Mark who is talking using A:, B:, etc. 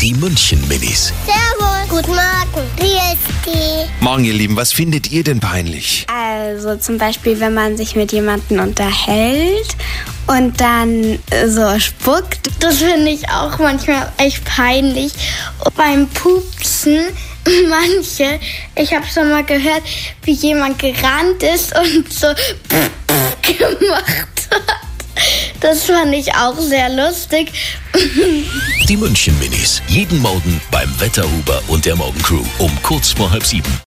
A: Die München-Minis.
B: Servus. Guten Morgen. Wie ist die?
A: Morgen, ihr Lieben, was findet ihr denn peinlich?
C: Also zum Beispiel, wenn man sich mit jemandem unterhält und dann äh, so spuckt.
D: Das finde ich auch manchmal echt peinlich. Und beim Pupsen, manche, ich habe schon mal gehört, wie jemand gerannt ist und so gemacht hat. Das fand ich auch sehr lustig.
A: Die München-Minis. Jeden Morgen beim Wetterhuber und der Morgencrew um kurz vor halb sieben.